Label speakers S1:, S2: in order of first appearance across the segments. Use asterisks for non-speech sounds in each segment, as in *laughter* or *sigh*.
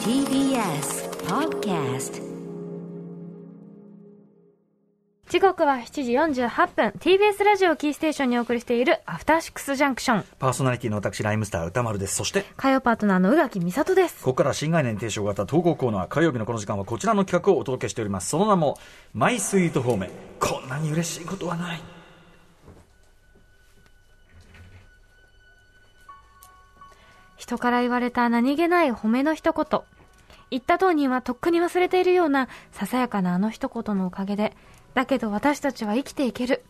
S1: TBS Podcast
S2: 時刻は7時48分 TBS ラジオキーステーションにお送りしている「アフターシックスジャンクション
S3: パーソナリティの私、ライムスター歌丸です。そして、」
S2: 火曜パートナーの宇垣美里です
S3: ここから新概念提唱型投稿コーナー、火曜日のこの時間はこちらの企画をお届けしております。その名も、マイスイートホーム。こんなに嬉しいことはない。
S2: 人から言われた何気ない褒めの一言言った当人はとっくに忘れているようなささやかなあの一言のおかげでだけど私たちは生きていける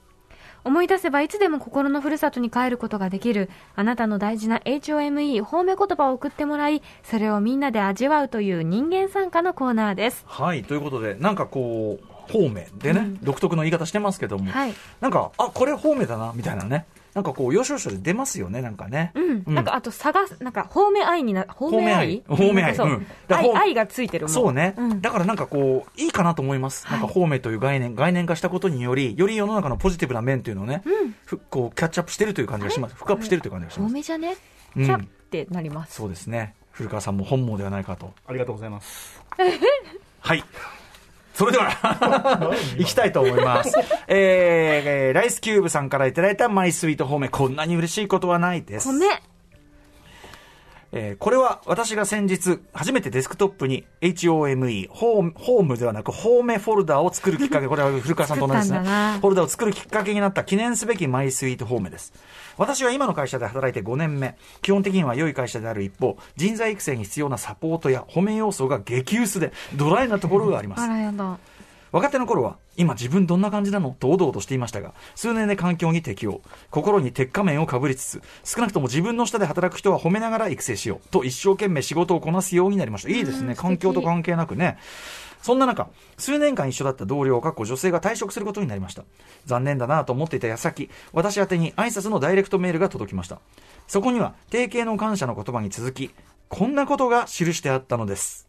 S2: 思い出せばいつでも心のふるさとに帰ることができるあなたの大事な HOME 褒め言葉を送ってもらいそれをみんなで味わうという人間参加のコーナーです
S3: はい、ということで、なんかこう、方面でね、独特の言い方してますけども、
S2: はい
S3: なんか、あ、これ方面だな、みたいなね。なんかこう、要所要所で出ますよね、なんかね。
S2: うん、なんかあと探す、なんか、方面愛にな、方面愛
S3: 方面愛
S2: そう、
S3: うんだから
S2: 愛。
S3: 方
S2: 愛がついてるもん。
S3: そうね、
S2: ん
S3: だからなんかこう、いいかなと思います。なんか、方面という概念、概念化したことにより、より世の中のポジティブな面というのをね、ふこう、キャッチアップしてるという感じがします。フックアップしてるという感じがし
S2: 方
S3: ます。
S2: 面じゃねキ
S3: うん
S2: ャってなります。
S3: そうですね。古川さんも本望ではないかと。
S4: ありがとうございます。
S3: *laughs* はい。それでは、
S4: *laughs*
S3: 行きたいと思います。えーえー、ライスキューブさんからいただいたマイスイート方面、こんなに嬉しいことはないです。
S2: 米
S3: えーこれは私が先日、初めてデスクトップに HOME、ホーム、ホームではなく、ホーメフォルダを作るきっかけ、これは古川さんと同じですね
S2: 作ったんだな。
S3: フォルダを作るきっかけになった記念すべきマイスイートホームです。私は今の会社で働いて5年目。基本的には良い会社である一方、人材育成に必要なサポートや褒め要素が激薄で、ドライなところがあります
S2: あ。らやだ。
S3: 若手の頃は、今自分どんな感じなのとおどおどしていましたが、数年で環境に適応、心に鉄仮面をかぶりつつ、少なくとも自分の下で働く人は褒めながら育成しようと一生懸命仕事をこなすようになりました。いいですね。環境と関係なくね。そんな中、数年間一緒だった同僚、かっこ女性が退職することになりました。残念だなと思っていた矢先、私宛てに挨拶のダイレクトメールが届きました。そこには、定型の感謝の言葉に続き、こんなことが記してあったのです。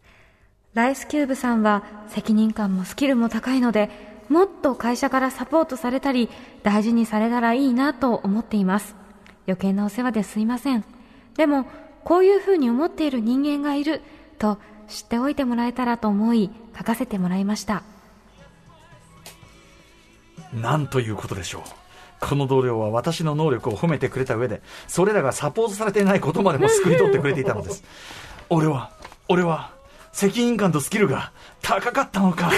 S2: ライスキューブさんは責任感もスキルも高いので、もっと会社からサポートされたり、大事にされたらいいなと思っています。余計なお世話ですいません。でも、こういうふうに思っている人間がいると知っておいてもらえたらと思い、書かせてもらいました。
S3: なんということでしょう。この同僚は私の能力を褒めてくれた上で、それらがサポートされていないことまでも救い取ってくれていたのです。俺は、俺は、責任感とスキルが高かったのか。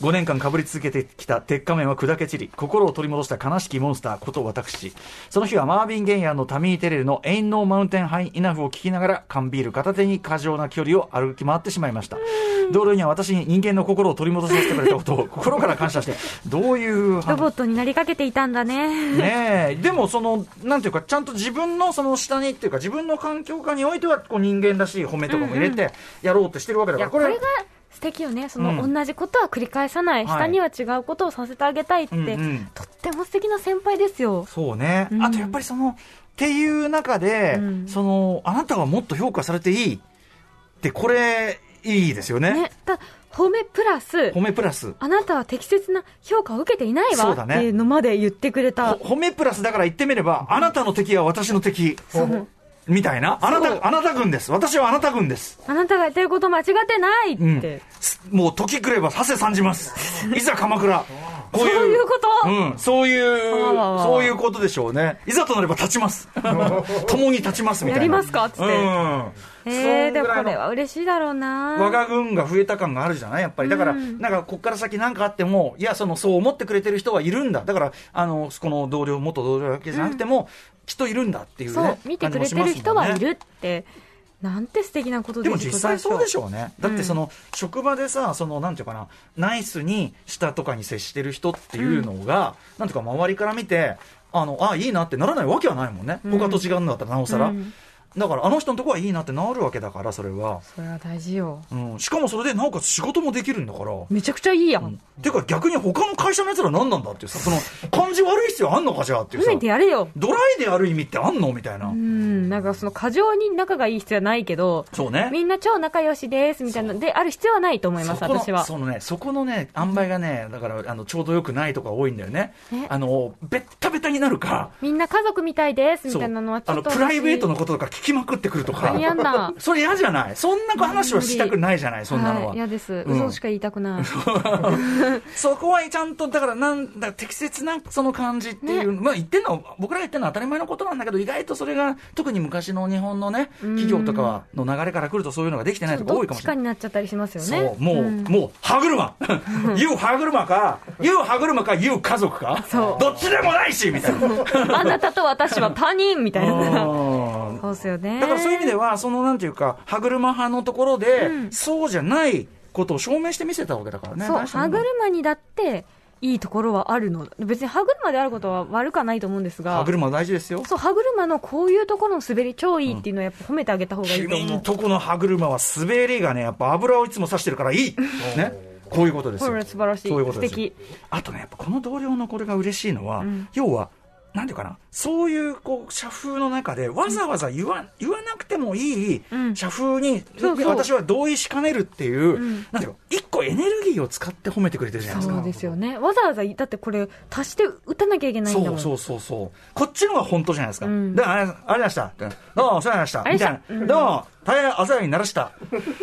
S3: 5年間かぶり続けてきた鉄仮面は砕け散り、心を取り戻した悲しきモンスターこと私。その日はマービン・ゲイアンのタミー・テレルの Ain't No Mountain High Enough を聞きながら、缶ビール片手に過剰な距離を歩き回ってしまいました。同僚には私に人間の心を取り戻させてくれたことを心から感謝して、どういう
S2: ロ
S3: 反
S2: ボットになりかけていたんだね。
S3: ねえ、でもその、なんていうか、ちゃんと自分のその下にっていうか、自分の環境下においては、こう人間らしい褒めとかも入れて、やろうとしてるわけ
S2: い
S3: だか
S2: や
S3: ら、
S2: これ
S3: これ
S2: が素敵よねそうの
S3: ん
S2: 同じことは繰り返さない、
S3: はい
S2: 下には違うことをさせてあげたいって、
S3: うんうん
S2: とっても素敵な先輩ですよ
S3: そうね、
S2: うん
S3: あとやっぱりその、っていう中で、
S2: うん
S3: その、あなたはもっと評価されていいって、これ、いいですよね。
S2: ねただ褒めプラス
S3: 褒めプラス。
S2: あなたは適切な評価を受けていない
S3: そう
S2: わ、
S3: だね
S2: っていうのまで言ってくれた
S3: ほ褒めプラスだから言ってみれば、あなたの敵は私の敵。
S2: そう
S3: みたいな。あなた、あなた軍です。私はあなた軍です。
S2: あなたが言ってること間違ってないって、
S3: うんすもう時来ればさせ参
S2: *laughs*
S3: じます。いざ鎌倉。こういう。
S2: そういうこと
S3: うん、そういう、
S2: あー
S3: そういうことでしょうね。いざとなれば立
S2: *laughs*
S3: ちます。共に立ちますみたい
S2: や
S3: な。
S2: りますかっつって
S3: うん。
S2: えー、でも
S3: そ
S2: こ
S3: んぐら
S2: れ
S3: いの
S2: は嬉しいだろうな
S3: 我が軍が増えた感があるじゃないやっぱり。だから、
S2: うん
S3: なんか、こっから先なんかあっても、いや、その、そう思ってくれてる人はいるんだ。だから、あの、この同僚、元同僚だけじゃなくても、きっといるんだっていうね。
S2: そう見てくれてる人はい
S3: 感じもしますもんね
S2: るって、なんて素敵なこと
S3: で
S2: で
S3: も実際そうでし
S2: ょ
S3: ょうね。だってその、職場でさ、その、なんていうかな、ナイスに下とかに接してる人っていうのが、なんていうか周りから見て、あの、あ、いいなってならないわけはないもんね。
S2: うん
S3: 他と違うんだったらなおさら。
S2: うん
S3: だから、あの人のとこはいいなってなるわけだから、それは。
S2: それは大事よ
S3: うん。しかもそれで、なおかつ仕事もできるんだから。
S2: めちゃくちゃいいやん、
S3: ていうか逆に他の会社の奴ら何なんだっていうさ、その、感じ悪い必要あんのかじゃあっていう
S2: 褒
S3: さ
S2: め。てやれよ
S3: ドライである意味ってあんのみたいな。
S2: うん、なんかその過剰に仲がいい必要はないけど、
S3: そうね。
S2: みんな超仲良しですみたいな、である必要はないと思います、
S3: そこの
S2: 私は。
S3: そのね、そこのね、塩梅がね、だから、あの、ちょうどよくないとか多いんだよね
S2: え。
S3: あの、べったべたになるか、
S2: みんな家族みたいですみたいなのはち
S3: あ
S2: ょ
S3: の、
S2: っと。
S3: プライベートのこととか聞聞きまくってくるとか
S2: 嫌だ
S3: それ嫌じゃないそんな話はしたくないじゃない *laughs* そんなのは、
S2: はい、嫌です、
S3: ん
S2: 嘘しか言いたく
S3: *laughs*
S2: ない
S3: そこはちゃんと、だから、なんだ、適切なその感じっていう、まあ言ってんの、僕らが言ってんのは当たり前のことなんだけど、意外とそれが、特に昔の日本のね、企業とかの流れから来るとそういうのができてないとか
S2: ど
S3: 多
S2: っ
S3: いかも
S2: ち
S3: しれ
S2: か
S3: ない。
S2: になっちゃったりしますよね
S3: そう、もう、
S2: ん
S3: もう、
S2: *laughs*
S3: 歯車言う歯車か、言う歯車か、言う家族か、
S2: そう
S3: どっちでもないし、みたいな。
S2: あなたと私は他人みたい
S3: *laughs*
S2: な
S3: うん
S2: そうですよね
S3: だからそういう意味では、そのなんていうか、歯車派のところで、そうじゃないことを証明してみせたわけだからね。
S2: そう
S3: 大したも
S2: 歯
S3: んだ
S2: 車にだっていいところはあるの別に歯車であることは悪くはないと思うんです
S3: 歯
S2: が
S3: 車大事ですよ。
S2: そう歯車のこういうところの滑り超いいっていうのはやっぱ褒めてあげた方がいいと
S3: 君
S2: 思
S3: ん
S2: う、
S3: とこの歯車は滑りがね、やっぱ油をいつも刺してるからいい、ね、こういうことですよ、
S2: これ素晴らしい
S3: そういうことですよ
S2: 素敵
S3: あとね、やっぱこの同僚のこれが嬉しいのは、
S2: ん
S3: 要は、なんていうかな、そういうこう社風の中で、わざわざ言わ言わなくてもいい
S2: うん
S3: 社風に、
S2: そうそう
S3: 私は同意しかねるっていう、
S2: ん
S3: なんていうか、一個エネルギーを使って褒めてくれてるじゃないですか。
S2: そうですよねわざわざだってこれ足して打たなきゃいけないんだもん
S3: そうそうそうそうこっちのが本当じゃないですか、
S2: ん
S3: だからあれあれでしたどうもお世話になりました
S2: あれ
S3: み
S2: で
S3: た
S2: した
S3: いなどうも大変お世話にならした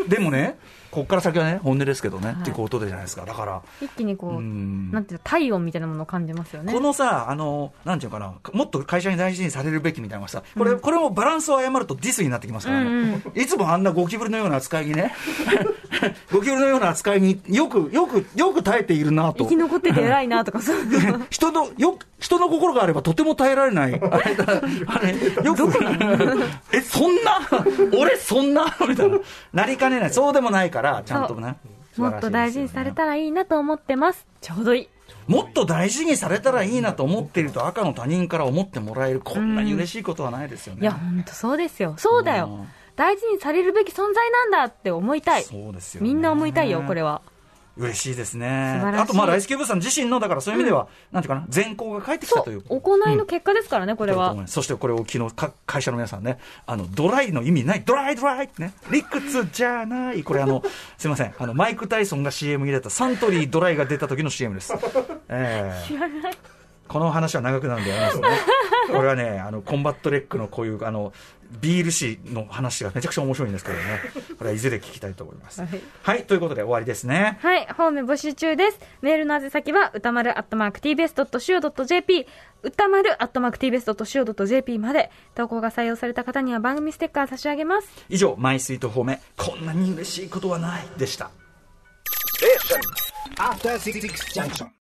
S3: でもねこっから先はね本音ですけどね、
S2: い
S3: っていうことでじゃないですかだから
S2: 一気にこう、
S3: うん
S2: なんていうの体温みたいなものを感じますよね
S3: このさ、あの、なんていうのかな、もっと会社に大事にされるべきみたいなのがさ、これ、これもバランスを誤るとディスになってきますからね。
S2: うん
S3: いつもあんなゴキブリのような扱いにね、 *laughs* ゴキブリのような扱いによく、よく、よく耐えているなと。
S2: 生き残ってて偉いなとかそう
S3: *laughs* 人の、よ、人の心があればとても耐えられない。あれ、あれよく、 *laughs* え、そんな俺そんなみたいな。なりかねない。そうでもないから、ちゃんとね。素
S2: も
S3: 晴らしいですよね
S2: っと大事にされたらいいなと思ってますちょうどいい
S3: もっと大事にされたらいいなと思っていると赤の他人から思ってもらえるこんなに嬉しいことはないですよね。
S2: いや本当そうですよそうだ
S3: うん
S2: よ大事にされるべき存在なんだって思いたい
S3: そうですよね
S2: みんな思いたいよこれは
S3: 嬉しいですね
S2: 素晴らしい
S3: あとまあライスキューブさん自身のだからそういう意味では、なんていうかな善行が返ってき
S2: そ
S3: たという
S2: う行いの結果ですからね、これ
S3: だと
S2: は
S3: 思いますそしてこれを昨日か会社の皆さんねあのドライの意味ないドライドライってね理屈じゃないこれあの *laughs* すいませんあのマイク・タイソンが CM に出たサントリードライが出た時の CM です、ええこの話は長くなるんでやめますねこれはねあのコンバットレックのこういうあのビール誌の話がめちゃくちゃ面白いんですけどねこれはいずれ聞きたいと思います
S2: はい
S3: はい、ということで終わりですね
S2: はい、ホーム募集中です。メールの宛先は、歌丸アットマーク tbs.co.jp、歌丸アットマーク tbs.co.jp まで、投稿が採用された方には番組ステッカー差し上げます。
S3: 以上マイスイート方面こんなに嬉しいことはないでした
S4: After Six Junction.